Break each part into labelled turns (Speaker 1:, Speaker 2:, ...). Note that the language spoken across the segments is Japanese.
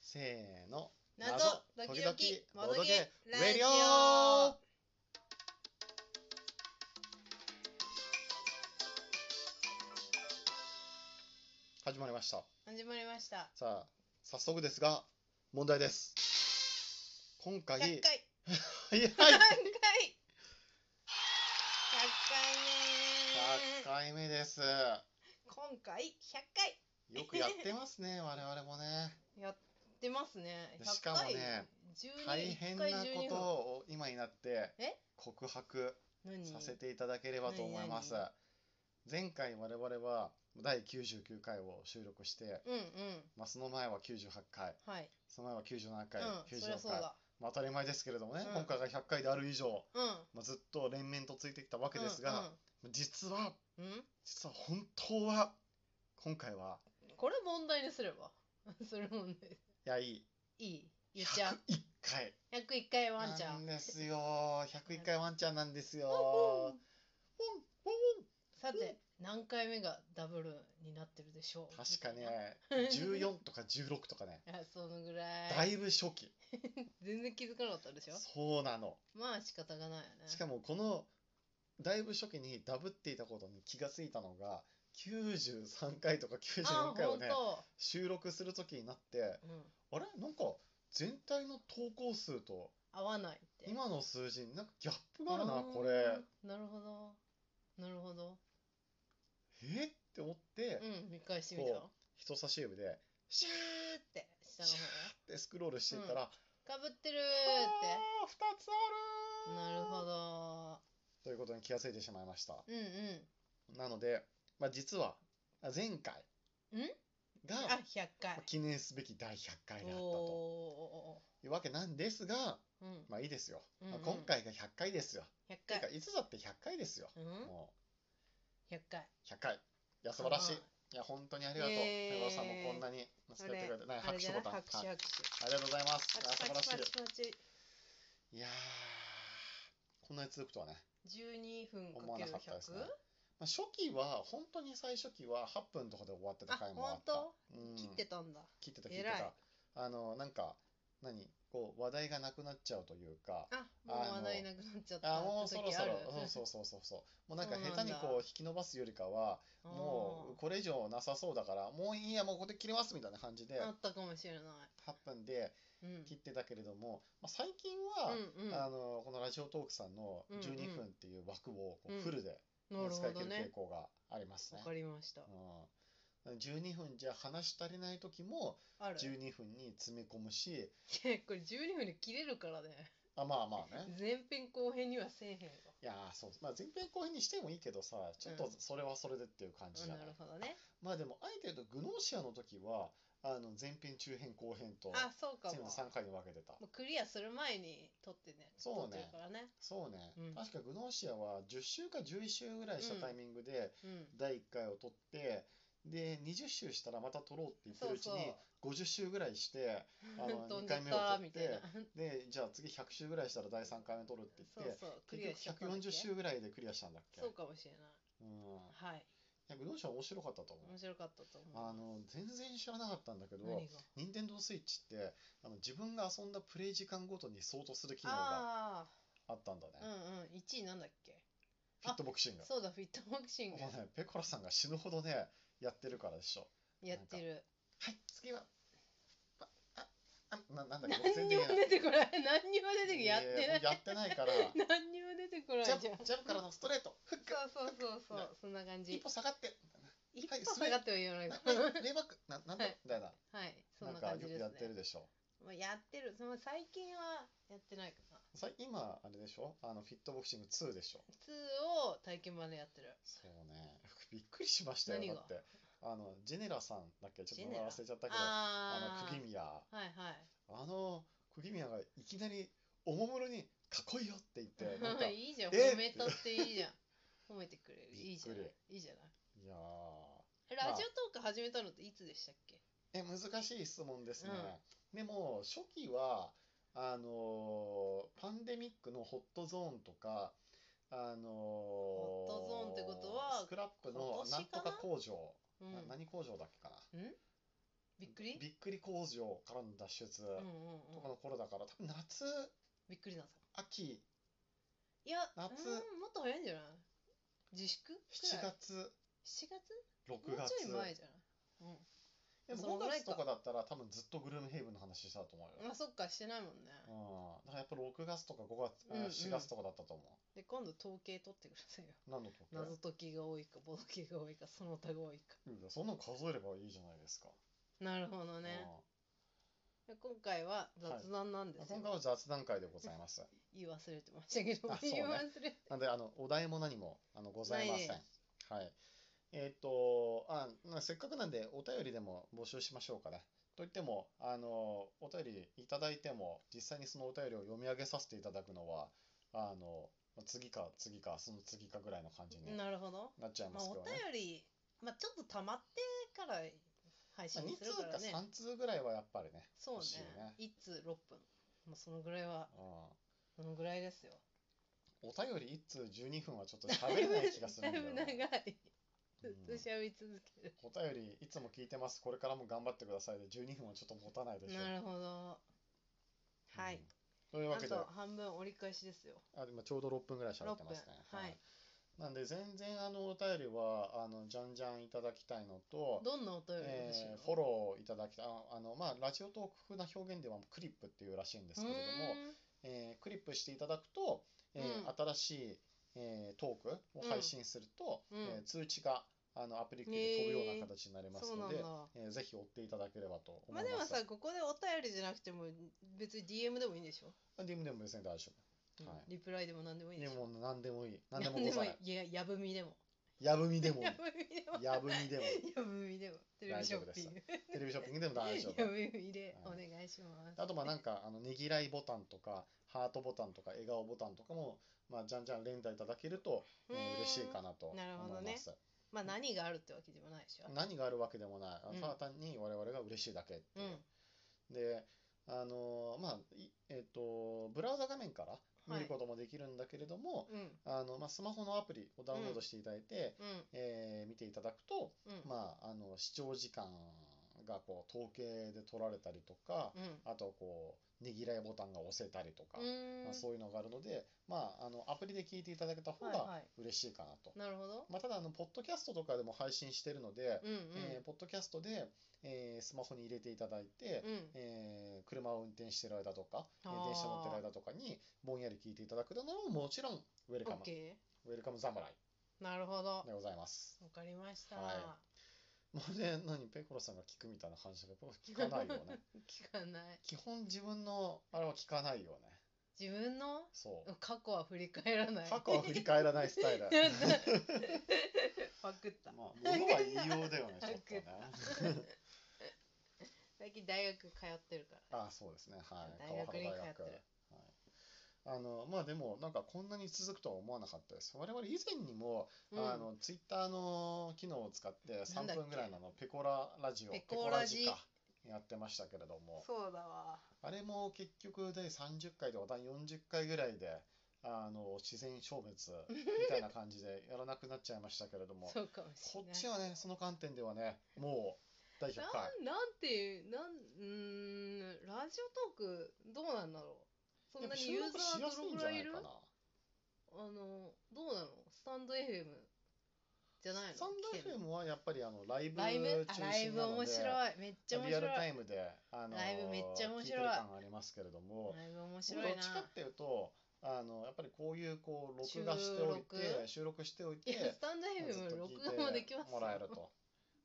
Speaker 1: せーの
Speaker 2: 謎ドキドキ
Speaker 1: 謎
Speaker 2: も
Speaker 1: ド
Speaker 2: ど
Speaker 1: キドキ
Speaker 2: けラジ
Speaker 1: レディ
Speaker 2: オ
Speaker 1: オ始まりました
Speaker 2: 始まりました
Speaker 1: さあ早速ですが問題です今
Speaker 2: 100
Speaker 1: 回
Speaker 2: 回
Speaker 1: 早い100
Speaker 2: 100回100回ね
Speaker 1: 回
Speaker 2: ー
Speaker 1: 目です
Speaker 2: 今回100回
Speaker 1: よくやってます ね我々もね
Speaker 2: やってますね
Speaker 1: でし
Speaker 2: 100
Speaker 1: かも
Speaker 2: 回
Speaker 1: ね
Speaker 2: 12
Speaker 1: 大変なことを今になって
Speaker 2: え
Speaker 1: 告白
Speaker 2: 1
Speaker 1: させていただければと思います
Speaker 2: 何何
Speaker 1: 前回我々は第99回を収録して、
Speaker 2: うんうん
Speaker 1: まあ、その前は98回
Speaker 2: はい
Speaker 1: その前は97
Speaker 2: う
Speaker 1: 回、
Speaker 2: ん
Speaker 1: 96
Speaker 2: そりゃそう
Speaker 1: 回、
Speaker 2: だ
Speaker 1: まあ、当たり前ですけれどもね、
Speaker 2: うん
Speaker 1: 今回が100回である以上、
Speaker 2: うん
Speaker 1: まあ、ずっと連綿とついてきたわけですが、実は
Speaker 2: うんうんうん
Speaker 1: 実は本当は今回は
Speaker 2: これ問題にすれば それ問題
Speaker 1: いやいい
Speaker 2: いい言っちゃ
Speaker 1: 101
Speaker 2: う
Speaker 1: 回
Speaker 2: 101回ワンちゃ
Speaker 1: なん
Speaker 2: ん
Speaker 1: ですよ101回ワンちゃんなんですよポン
Speaker 2: さて何回目がダブルになってるでしょう
Speaker 1: 確か
Speaker 2: みたい な
Speaker 1: ね14とか16とかね
Speaker 2: あそのぐらい
Speaker 1: だいぶ初期
Speaker 2: 全然気づかなかったでしょ
Speaker 1: そうなの
Speaker 2: まあ仕方がないよね
Speaker 1: しかもこのだいぶ初期にダブっていたことに気がついたのが93回とか
Speaker 2: あ
Speaker 1: 94回を
Speaker 2: 本
Speaker 1: ね
Speaker 2: 当
Speaker 1: 収録する時になって
Speaker 2: うん
Speaker 1: あれなんか全体の投稿数と
Speaker 2: 合わないって
Speaker 1: 今の数字になんかギャップがあるな
Speaker 2: あー
Speaker 1: これ
Speaker 2: なるほどなるほど
Speaker 1: えーって思って
Speaker 2: うん見返してみた
Speaker 1: こ人差し指でシャ
Speaker 2: うって下の方
Speaker 1: ーってスクロールしていったら
Speaker 2: かぶってるー
Speaker 1: あ
Speaker 2: っ
Speaker 1: ー2つあ
Speaker 2: て
Speaker 1: るー
Speaker 2: なるほど
Speaker 1: ということに気がついてしまいました
Speaker 2: うんうん
Speaker 1: なのでまあ実はあ前回が
Speaker 2: あ100
Speaker 1: まあ
Speaker 2: 回
Speaker 1: 記念すべき第100回
Speaker 2: お
Speaker 1: であったと
Speaker 2: お
Speaker 1: いうわけなんですが、
Speaker 2: ーうん
Speaker 1: まあいいですよ。
Speaker 2: うんうん
Speaker 1: まあ、今回が100回ですよ。
Speaker 2: 100
Speaker 1: ていうか、
Speaker 2: 回
Speaker 1: いつだって100回ですよ。
Speaker 2: うん
Speaker 1: も
Speaker 2: 100回
Speaker 1: う100回。いや、素晴らしい。
Speaker 2: はい
Speaker 1: や、本当にありがとう。
Speaker 2: イエーイ
Speaker 1: 長尾さんもこんなに助けてくれて、ね、
Speaker 2: あれ
Speaker 1: 拍
Speaker 2: じ
Speaker 1: 手
Speaker 2: ゃ
Speaker 1: ボタ
Speaker 2: ない
Speaker 1: ン。
Speaker 2: 拍手
Speaker 1: はい
Speaker 2: 拍手
Speaker 1: ありがとうございます。いや、素晴
Speaker 2: パ
Speaker 1: らし
Speaker 2: チパチパチパチ
Speaker 1: い。いやー、こんなに続くとはね、
Speaker 2: 12分
Speaker 1: 思わ
Speaker 2: かけ
Speaker 1: なかっ
Speaker 2: る
Speaker 1: たですね
Speaker 2: 100?
Speaker 1: まあ、初期は、本当に最初期は8分とかで終わってた回もあった。
Speaker 2: あ本
Speaker 1: うん
Speaker 2: 切ってたんだ
Speaker 1: 切ってた、切って
Speaker 2: 偉い
Speaker 1: た。あの、なんか、何こう、話題がなくなっちゃうというか、
Speaker 2: あもう話題なくなっちゃった
Speaker 1: あもうそろそろ
Speaker 2: 時
Speaker 1: そうそうそうそうそうもうなんか
Speaker 2: そうなん
Speaker 1: 下
Speaker 2: だ
Speaker 1: 手にこう引き伸ばすよりかは
Speaker 2: ある
Speaker 1: もうこれ以上なさそうだからもういいやもうここで切れますみたいな感じで
Speaker 2: あーあったかもしれない
Speaker 1: 8分で
Speaker 2: うん
Speaker 1: 切ってたけれども、まあ、最近は、
Speaker 2: うんうん
Speaker 1: あのこのラジオトークさんの
Speaker 2: うんうん
Speaker 1: 12分っていう枠をこ
Speaker 2: うん
Speaker 1: うフルで
Speaker 2: なる
Speaker 1: 使
Speaker 2: ほ
Speaker 1: い切
Speaker 2: ど
Speaker 1: る
Speaker 2: ね
Speaker 1: 傾向があります
Speaker 2: わ
Speaker 1: ね。
Speaker 2: かりました
Speaker 1: うん12分じゃ話し足りない時も
Speaker 2: ある
Speaker 1: 12分に詰め込むし
Speaker 2: いやこれ12分で切れるからね
Speaker 1: あまあまあね
Speaker 2: 前編後編にはせえへんよ
Speaker 1: いやーそう、まあ、前編後編にしてもいいけどさちょっとそれはそれでっていう感じじゃ
Speaker 2: な
Speaker 1: ない
Speaker 2: るほどね
Speaker 1: まあでもあえて言うとグノーシアの時はあの前編中編後編と
Speaker 2: あそうか
Speaker 1: 全部
Speaker 2: もも
Speaker 1: 3回に分けてた
Speaker 2: うクリアする前に撮ってね
Speaker 1: そうね
Speaker 2: 撮ってるからね
Speaker 1: そうね、
Speaker 2: うん
Speaker 1: 確かグノーシアは10週か11週ぐらいしたタイミングで
Speaker 2: うん
Speaker 1: 第1回を撮ってで20週したらまた撮ろうって言ってるうち
Speaker 2: そう
Speaker 1: に50週ぐらいしてあの
Speaker 2: 飛ん
Speaker 1: 2
Speaker 2: じゃ
Speaker 1: 回
Speaker 2: っ
Speaker 1: 目を
Speaker 2: た
Speaker 1: 撮っ
Speaker 2: みたいな
Speaker 1: てでじゃあ次100週ぐらいしたら第3回目撮るって
Speaker 2: そ
Speaker 1: 言っ
Speaker 2: う
Speaker 1: て
Speaker 2: そうクリア
Speaker 1: 結
Speaker 2: しちゃった
Speaker 1: 局
Speaker 2: んだっけ
Speaker 1: 140週ぐらいでクリアしたんだっけ
Speaker 2: そうかもしれない
Speaker 1: うんい
Speaker 2: はい
Speaker 1: やグノーシア面白かったと思う
Speaker 2: 面白かったと思う
Speaker 1: あの全然知らなかったんだけど
Speaker 2: 何が
Speaker 1: 任天堂スイッチってあの自分が遊んだプレイ時間ごとに相当する機能が
Speaker 2: あ
Speaker 1: あったんだね
Speaker 2: あ。うんうん1位なんだっけ
Speaker 1: フィットボクシング。
Speaker 2: そうだフィットボクシング
Speaker 1: もうね、ペコラさんが死ぬほどね、やってるからでしょ。
Speaker 2: やってる
Speaker 1: はい、次は。あ、あ、あななんだっけ、
Speaker 2: 何にも
Speaker 1: 出
Speaker 2: 出てこない 何にも出てこないやっ
Speaker 1: え
Speaker 2: て
Speaker 1: ー
Speaker 2: な
Speaker 1: も
Speaker 2: いう
Speaker 1: やってない から、
Speaker 2: 何にも出てこない
Speaker 1: ジ
Speaker 2: じ
Speaker 1: ャ
Speaker 2: ゃん
Speaker 1: ンプ
Speaker 2: そう
Speaker 1: ジャンプからのストレート、フック、
Speaker 2: そうそうそうそんな感
Speaker 1: 一
Speaker 2: じ
Speaker 1: 歩下がって、
Speaker 2: 一
Speaker 1: はい
Speaker 2: 歩下がってもいいよね
Speaker 1: ななレイバック、ななんだ、
Speaker 2: はい
Speaker 1: だよな。
Speaker 2: はいそん
Speaker 1: な
Speaker 2: なん
Speaker 1: か
Speaker 2: 感
Speaker 1: よ
Speaker 2: じ
Speaker 1: く
Speaker 2: で
Speaker 1: や
Speaker 2: す
Speaker 1: って
Speaker 2: ね
Speaker 1: るでしょ。
Speaker 2: もうやってるその最近はやってないかな
Speaker 1: さ今、あれでしょあの、フィットボクシング2でしょ。
Speaker 2: 2を体験版でやってる
Speaker 1: そうね。びっくりしましたよ、
Speaker 2: 何
Speaker 1: だ
Speaker 2: が
Speaker 1: って。あの、ジェネラさんだっけちょっと名前忘れちゃったけど、あ
Speaker 2: あ
Speaker 1: の、
Speaker 2: あ
Speaker 1: 釘宮。
Speaker 2: はいは
Speaker 1: あの、釘宮がいきなりおもむろに、かっこいいよって言って、なんか、
Speaker 2: い
Speaker 1: い
Speaker 2: いいじゃん
Speaker 1: え
Speaker 2: 褒めたっていいじ ゃん褒めてくれるいいじゃない
Speaker 1: びっく
Speaker 2: いいじゃない
Speaker 1: やー
Speaker 2: ラ
Speaker 1: まあ
Speaker 2: ジオトーク始めたのっていつでしたっけ
Speaker 1: え、難しい質問ですね。でも、初期は、あのーパンデミックのホットゾーンとか、あのーホ
Speaker 2: ットゾーンってことは
Speaker 1: スクラップのなんと
Speaker 2: 今年か
Speaker 1: か
Speaker 2: な
Speaker 1: 工場、
Speaker 2: うん
Speaker 1: な何工場だっけかな。
Speaker 2: んびっくり
Speaker 1: びっくり工場からの脱出
Speaker 2: うんう
Speaker 1: と
Speaker 2: んう
Speaker 1: か
Speaker 2: ん
Speaker 1: の頃だから、多分夏、
Speaker 2: びっくりなんですか
Speaker 1: 秋、
Speaker 2: いや
Speaker 1: 夏
Speaker 2: うんもっと早いんじゃない自粛
Speaker 1: 7
Speaker 2: くらい
Speaker 1: 月、
Speaker 2: 7月
Speaker 1: 6
Speaker 2: もう
Speaker 1: 月。
Speaker 2: ちょい前じゃない
Speaker 1: で
Speaker 2: そ
Speaker 1: も
Speaker 2: のぐ
Speaker 1: 5
Speaker 2: らい
Speaker 1: 月と
Speaker 2: か
Speaker 1: かだったら多分ずっとグルムヘイブンの話したと思うよ。
Speaker 2: うんまあそっかしてないもんね
Speaker 1: うん。だからやっぱ6月とか5月、あ
Speaker 2: うんうん
Speaker 1: 4月とかだったと思
Speaker 2: で今度統計取ってくださいよ
Speaker 1: う。何の時計
Speaker 2: 謎解きが多いかボドゲが多いかその他が多いか
Speaker 1: うんそんなの数えればいいじゃないですか。
Speaker 2: なるほどねで今回は雑談なん
Speaker 1: う
Speaker 2: で
Speaker 1: ん。
Speaker 2: すよ、
Speaker 1: 今回は雑談会でございます。
Speaker 2: 言い忘れてましたけど、
Speaker 1: あそうね
Speaker 2: 言い忘れて
Speaker 1: なんで、あの、お題も何も、あの、ございません。
Speaker 2: ないね
Speaker 1: はい。えっ、と、あ、なせっかくなんで、お便りでも募集しましょうかね。といっても、あの、お便りいただいても、実際にそのお便りを読み上げさせていただくのは、あの、まあ次か次か、その次かぐらいの感じに
Speaker 2: なるほど
Speaker 1: なっちゃいま
Speaker 2: まあ
Speaker 1: す
Speaker 2: お
Speaker 1: けど
Speaker 2: 便
Speaker 1: ね。
Speaker 2: り、まあ、ちょっと溜まってから配
Speaker 1: ま
Speaker 2: 信
Speaker 1: あ、2
Speaker 2: する
Speaker 1: 通
Speaker 2: か
Speaker 1: から
Speaker 2: ね
Speaker 1: 3通ぐらいはやっぱりね。
Speaker 2: そうね
Speaker 1: 欲しいよね
Speaker 2: 1通6分もうそのぐらいは
Speaker 1: うん。
Speaker 2: そのぐらいですよ
Speaker 1: お便り1通12分はちょっと喋れない気がするんだよ
Speaker 2: だいぶ
Speaker 1: ね。
Speaker 2: 長いず
Speaker 1: う
Speaker 2: っ
Speaker 1: ん
Speaker 2: と喋り続ける、
Speaker 1: お便りいつも聞いてます。これからも頑張ってくださいで12分はちょっと持たないでしょ。
Speaker 2: なるほどは
Speaker 1: うん
Speaker 2: い、
Speaker 1: というわ
Speaker 2: あ
Speaker 1: けで、
Speaker 2: と半分折り返しですよ
Speaker 1: あ今ちょうど6分ぐらい喋ってますね。
Speaker 2: 6分はい
Speaker 1: なんで全然あのお便りはあのじゃんじゃんいただきたいのと、
Speaker 2: どんなお便りが欲しいの、
Speaker 1: えーフォローいただきたいああのまあラジオトーク風な表現ではクリップっていうらしいんですけれども、えークリップしていただくと、えー新しい、えートークを配信すると、
Speaker 2: うんうん
Speaker 1: えー通知があのアプリケで飛ぶような形になり
Speaker 2: うーん
Speaker 1: ます
Speaker 2: そうな
Speaker 1: の
Speaker 2: ん
Speaker 1: で
Speaker 2: だ、
Speaker 1: えーぜひ追っていただければと思
Speaker 2: まあ
Speaker 1: い
Speaker 2: でも
Speaker 1: ます。
Speaker 2: さここでお便りじゃなくても別に DM でもいいんでしょ、
Speaker 1: DM でも別に大丈
Speaker 2: うん
Speaker 1: はい
Speaker 2: リプライでも何でもいい
Speaker 1: 夫。で
Speaker 2: でしょ
Speaker 1: も何でもいい。何でもござ
Speaker 2: い
Speaker 1: れ。
Speaker 2: いややぶみでも
Speaker 1: やぶみでもいい
Speaker 2: や。ぶみでも
Speaker 1: やぶみでもいい。
Speaker 2: やぶみでもテレビショッピング
Speaker 1: テレビショッピングでも大丈夫
Speaker 2: や。ぶみでお願いします
Speaker 1: あとまあなんかあのねぎらいボタンとかハートボタンとか笑顔ボタンとかもまあじゃんじゃん連打いただけると、えー
Speaker 2: うーん
Speaker 1: 嬉しいかなと思い
Speaker 2: なるほどね
Speaker 1: ます。
Speaker 2: まあ何があるってわけでもないでしょ
Speaker 1: 何があるわけでもない。あ
Speaker 2: うん
Speaker 1: ただ単に我々が嬉しいだけって
Speaker 2: う
Speaker 1: いう。で、あのーまあいえっ、とブラウザ画面から見ることもできるんだけれども、
Speaker 2: んうん
Speaker 1: あのまあスマホのアプリをダウンロードしていただいて、
Speaker 2: うん
Speaker 1: えー見ていただくと、
Speaker 2: うん
Speaker 1: まああの視聴時間がこう統計で取られたりとか。
Speaker 2: うん
Speaker 1: あとこうねぎらいボタンが押せたりとか、
Speaker 2: う
Speaker 1: ま
Speaker 2: ー
Speaker 1: あ、
Speaker 2: ん
Speaker 1: そういうのがあるので、まあ、あのアプリで聞いていただけた方
Speaker 2: はいは
Speaker 1: が
Speaker 2: い
Speaker 1: 嬉しいかなと、
Speaker 2: なるほど
Speaker 1: まあ、ただあのポッドキャストとかでも配信してるので、
Speaker 2: うんうん
Speaker 1: えーポッドキャストで、えースマホに入れていただいて、
Speaker 2: うん
Speaker 1: えー車を運転してる間とか、えー
Speaker 2: あー
Speaker 1: 電車乗ってる間とかにぼんやり聞いていただくのももちろんウェル
Speaker 2: オ
Speaker 1: カム
Speaker 2: ッ、ケ
Speaker 1: ウェルカム侍
Speaker 2: ーなるほどわ
Speaker 1: でございます。
Speaker 2: かりました
Speaker 1: はもうね、何ペコロさんが聞くみたいな話だけど僕聞かないよ ね。
Speaker 2: 聞かない
Speaker 1: 基本自分のあれは聞かないよね。
Speaker 2: 自分の
Speaker 1: そう。
Speaker 2: 過去は振り返らない
Speaker 1: 過去は振り返らないスタイル。 ま
Speaker 2: パクった
Speaker 1: あ、ものは言いようだよ ね、ちょっとね。
Speaker 2: 最近大学通ってるから
Speaker 1: あ、そうですね。はい。
Speaker 2: 大学に通ってる
Speaker 1: 川原はい。あの、まあ、でも、なんか、こんなに続くとは思わなかったです。我々以前にも、
Speaker 2: うん
Speaker 1: あの、ツイッターの機能を使って、
Speaker 2: な
Speaker 1: 3
Speaker 2: んだっけ
Speaker 1: 分ぐらいのあのペコララジオ。
Speaker 2: ペコラジ
Speaker 1: ペか。やってましたけれども、
Speaker 2: そうだわ
Speaker 1: あれも結局第30回とか第40回ぐらいで、あの、自然消滅みたいな感じ でやらなくなっちゃいましたけれども、
Speaker 2: そうかもしれ
Speaker 1: こ
Speaker 2: な
Speaker 1: っ
Speaker 2: い
Speaker 1: ちはね、その観点ではね、もう第100
Speaker 2: なん
Speaker 1: 回。
Speaker 2: なんていう、なん、うーん、ラジオトーク、どうなんだろう。そんなにユーザーどのぐらいいる
Speaker 1: やっぱ収録しやすんじゃないかな
Speaker 2: あの、どうなのスタンド FM じゃないの
Speaker 1: サン
Speaker 2: 聞けんの
Speaker 1: ド FM はやっぱりあのライブ
Speaker 2: ライブ、
Speaker 1: 中
Speaker 2: あ、
Speaker 1: 心
Speaker 2: ライブ
Speaker 1: なの
Speaker 2: 面
Speaker 1: で、
Speaker 2: 白い。めっちゃ面
Speaker 1: リア
Speaker 2: 白い。
Speaker 1: ルタ
Speaker 2: ライ
Speaker 1: イムで、あの
Speaker 2: ライブめっちゃ
Speaker 1: 聞
Speaker 2: 面白い
Speaker 1: いてる感がありますけれども、
Speaker 2: ブ面
Speaker 1: 僕
Speaker 2: 白い
Speaker 1: どっ
Speaker 2: な。
Speaker 1: ちかっていうと、あのやっぱりこういうこう録画しておいて、収録しておい
Speaker 2: い
Speaker 1: て、
Speaker 2: や、スタンド
Speaker 1: ず
Speaker 2: FM
Speaker 1: っと
Speaker 2: 録
Speaker 1: 聞
Speaker 2: 画も
Speaker 1: い
Speaker 2: でき
Speaker 1: て
Speaker 2: ます
Speaker 1: もらえる
Speaker 2: よ。
Speaker 1: と。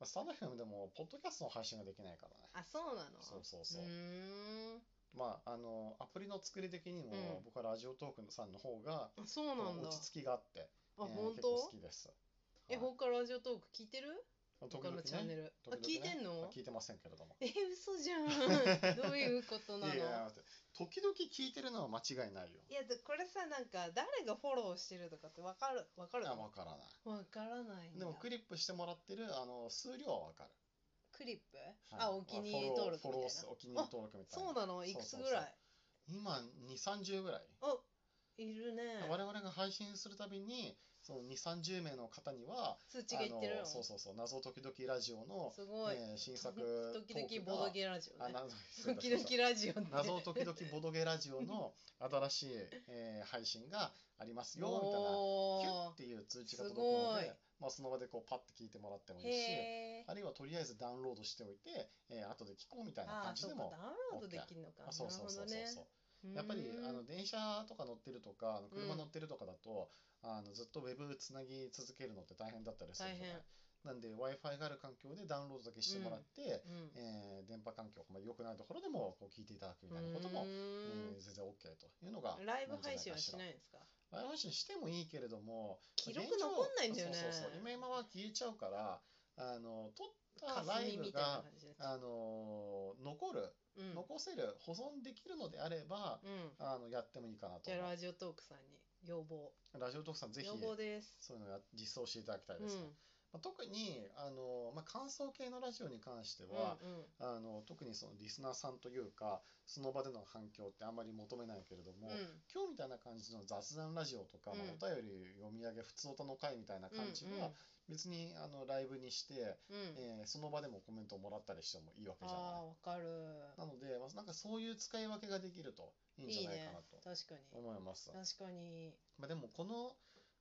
Speaker 1: まあスタンド FM でも、ポッドキャストの配信ができないからね。
Speaker 2: あ、そうなの
Speaker 1: そうそうそう
Speaker 2: うーん。
Speaker 1: まあ、あの、アプリの作り的にも、
Speaker 2: うん
Speaker 1: 僕はラジオトークさんの方が、
Speaker 2: あ、そうなんだ。
Speaker 1: 落ち着きがあって、え
Speaker 2: あ、
Speaker 1: ー
Speaker 2: 本
Speaker 1: 結構好
Speaker 2: 当
Speaker 1: きです。
Speaker 2: え、
Speaker 1: はい
Speaker 2: 他ラジオトーク聞いてる
Speaker 1: 時々
Speaker 2: 他の
Speaker 1: ね
Speaker 2: チャンネル。あ、
Speaker 1: 時々
Speaker 2: 聞いてん
Speaker 1: ね
Speaker 2: の
Speaker 1: 聞いてませんけれども。
Speaker 2: え、嘘 じゃん。どういうこと
Speaker 1: い
Speaker 2: な
Speaker 1: や
Speaker 2: の
Speaker 1: いや、待って時々聞いてるのは間違いないよ。
Speaker 2: いやでこれさなんか誰がフォローしてるとかってわかるわかる
Speaker 1: あ、
Speaker 2: の
Speaker 1: わからな
Speaker 2: わからないん
Speaker 1: い。
Speaker 2: だ
Speaker 1: でもクリップしてもらってるあの数量はわかる。
Speaker 2: クリップ、
Speaker 1: はい
Speaker 2: あお気に入り登録
Speaker 1: フォ
Speaker 2: み
Speaker 1: ローフォロ
Speaker 2: たい
Speaker 1: ーす
Speaker 2: な
Speaker 1: お気に入り登録みたいな。
Speaker 2: そうなのいくつぐらい
Speaker 1: 今2、30ぐらい。
Speaker 2: いるね
Speaker 1: 我々が配信するたびに、その2、30名の方には、
Speaker 2: 通知がいってる
Speaker 1: あ
Speaker 2: の
Speaker 1: のそうそうそう、謎解きどきラジオの、
Speaker 2: すごい、
Speaker 1: ね新作
Speaker 2: ドキドキボドゲラジオ
Speaker 1: あ
Speaker 2: ね
Speaker 1: 謎
Speaker 2: ドキドキラジオね
Speaker 1: 謎解きどきボドゲラジオ の新しい、えー配信がありますよ、みたいな。キュッ
Speaker 2: お
Speaker 1: ていう通知が届くの
Speaker 2: すご
Speaker 1: で
Speaker 2: い、
Speaker 1: まあ、その場でこうパッて聞いてもらっても
Speaker 2: ー
Speaker 1: いいし、
Speaker 2: へー
Speaker 1: あるいはとりあえずダウンロードしておいて、えー後で聞こうみたいな
Speaker 2: あ
Speaker 1: 感
Speaker 2: ー
Speaker 1: じ
Speaker 2: そ
Speaker 1: で
Speaker 2: うかダウ
Speaker 1: も
Speaker 2: ン。ロードできるのか
Speaker 1: あそうそうそうそう
Speaker 2: なるほ
Speaker 1: そ
Speaker 2: ど
Speaker 1: う。やっぱりあの
Speaker 2: ね
Speaker 1: 電車とか乗ってるとか、あの車
Speaker 2: うん
Speaker 1: 乗ってるとかだと、あのずっとウェブつなぎ続けるのって大変だったりする
Speaker 2: 大
Speaker 1: じゃ
Speaker 2: 変
Speaker 1: ない。なんで Wi-Fi がある環境でダウンロードだけしてもらって、
Speaker 2: うん
Speaker 1: えー電波環境、まあ、良くないところでもこう聞いていただくみたいなことも、
Speaker 2: うー
Speaker 1: え
Speaker 2: ん
Speaker 1: ー全然 OK というのが、
Speaker 2: ライブ配信は
Speaker 1: なんじ
Speaker 2: し
Speaker 1: ゃな
Speaker 2: な
Speaker 1: かしら
Speaker 2: いいんですか
Speaker 1: ライブ配信してもいいけれども、
Speaker 2: 記録
Speaker 1: 現状
Speaker 2: 残んないんだよね
Speaker 1: そうそうそう今今は消えちゃうから、あの撮ったライ
Speaker 2: 霞
Speaker 1: ブ
Speaker 2: みたいな
Speaker 1: が
Speaker 2: 感、じです
Speaker 1: あの残る、
Speaker 2: うん
Speaker 1: 残せる、保存できるのであれば、
Speaker 2: うん
Speaker 1: あのやってもいいかなと
Speaker 2: じゃ
Speaker 1: 思う
Speaker 2: あラジオトーク
Speaker 1: ラジオ特さ
Speaker 2: さんに要望
Speaker 1: ん、ぜひ
Speaker 2: 要望です
Speaker 1: そういうのをや実装していただきたいうですね。
Speaker 2: ん
Speaker 1: まあ、特にあの、まあ、感想系のラジオに関しては、
Speaker 2: うんうん
Speaker 1: あの特にそのリスナーさんというか、その場での反響ってあんまり求めないけれども、
Speaker 2: うん
Speaker 1: 今日みたいな感じの雑談ラジオとか、
Speaker 2: うん
Speaker 1: まあお便り読み上げ、普通音の会みたいな感じは、別にあのライブにして、
Speaker 2: うん
Speaker 1: え
Speaker 2: うん
Speaker 1: ーその場でもコメントをもらったりしてもいいわけじゃ
Speaker 2: あ
Speaker 1: ない。
Speaker 2: あわかる
Speaker 1: なので、まあ、なんかそういう使い分けができるといいん
Speaker 2: い
Speaker 1: じ
Speaker 2: い
Speaker 1: ゃない
Speaker 2: ね
Speaker 1: かなと
Speaker 2: 確かに
Speaker 1: 思います。
Speaker 2: 確かに
Speaker 1: まあ、でもこの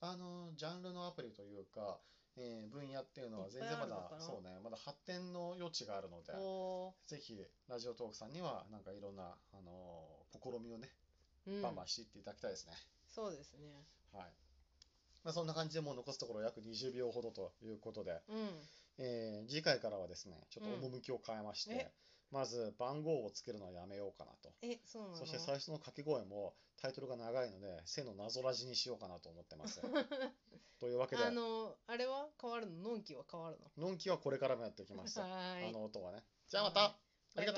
Speaker 1: あのジャンルのアプリというか、えー分野っていうのはい
Speaker 2: っ
Speaker 1: 全
Speaker 2: ぱい
Speaker 1: 然ま
Speaker 2: あるのか
Speaker 1: だ
Speaker 2: な
Speaker 1: そうねまだ発展の余地があるので
Speaker 2: お
Speaker 1: ぜひラジオトークさんにはなんかいろんな、あのー試みをね
Speaker 2: ーうん
Speaker 1: バンバンしていっていただきたいですね、
Speaker 2: そうですね
Speaker 1: はい、まあ、そんな感じでもう残すところ約20秒ほどということで、
Speaker 2: うん
Speaker 1: えー次回からはですねちょっと
Speaker 2: うん
Speaker 1: 趣を変えまして、
Speaker 2: え
Speaker 1: まず番号をつけるのはやめようかなと
Speaker 2: えそうなの
Speaker 1: そして最初の掛け声もタイトルが長いので「背の謎ラジ」にしようかなと思ってます というわけで
Speaker 2: あのあれは変わるののんきは変わる の
Speaker 1: のんきはこれからもやっていきます。
Speaker 2: はーい
Speaker 1: あの音はね。じゃあまた、ありがとう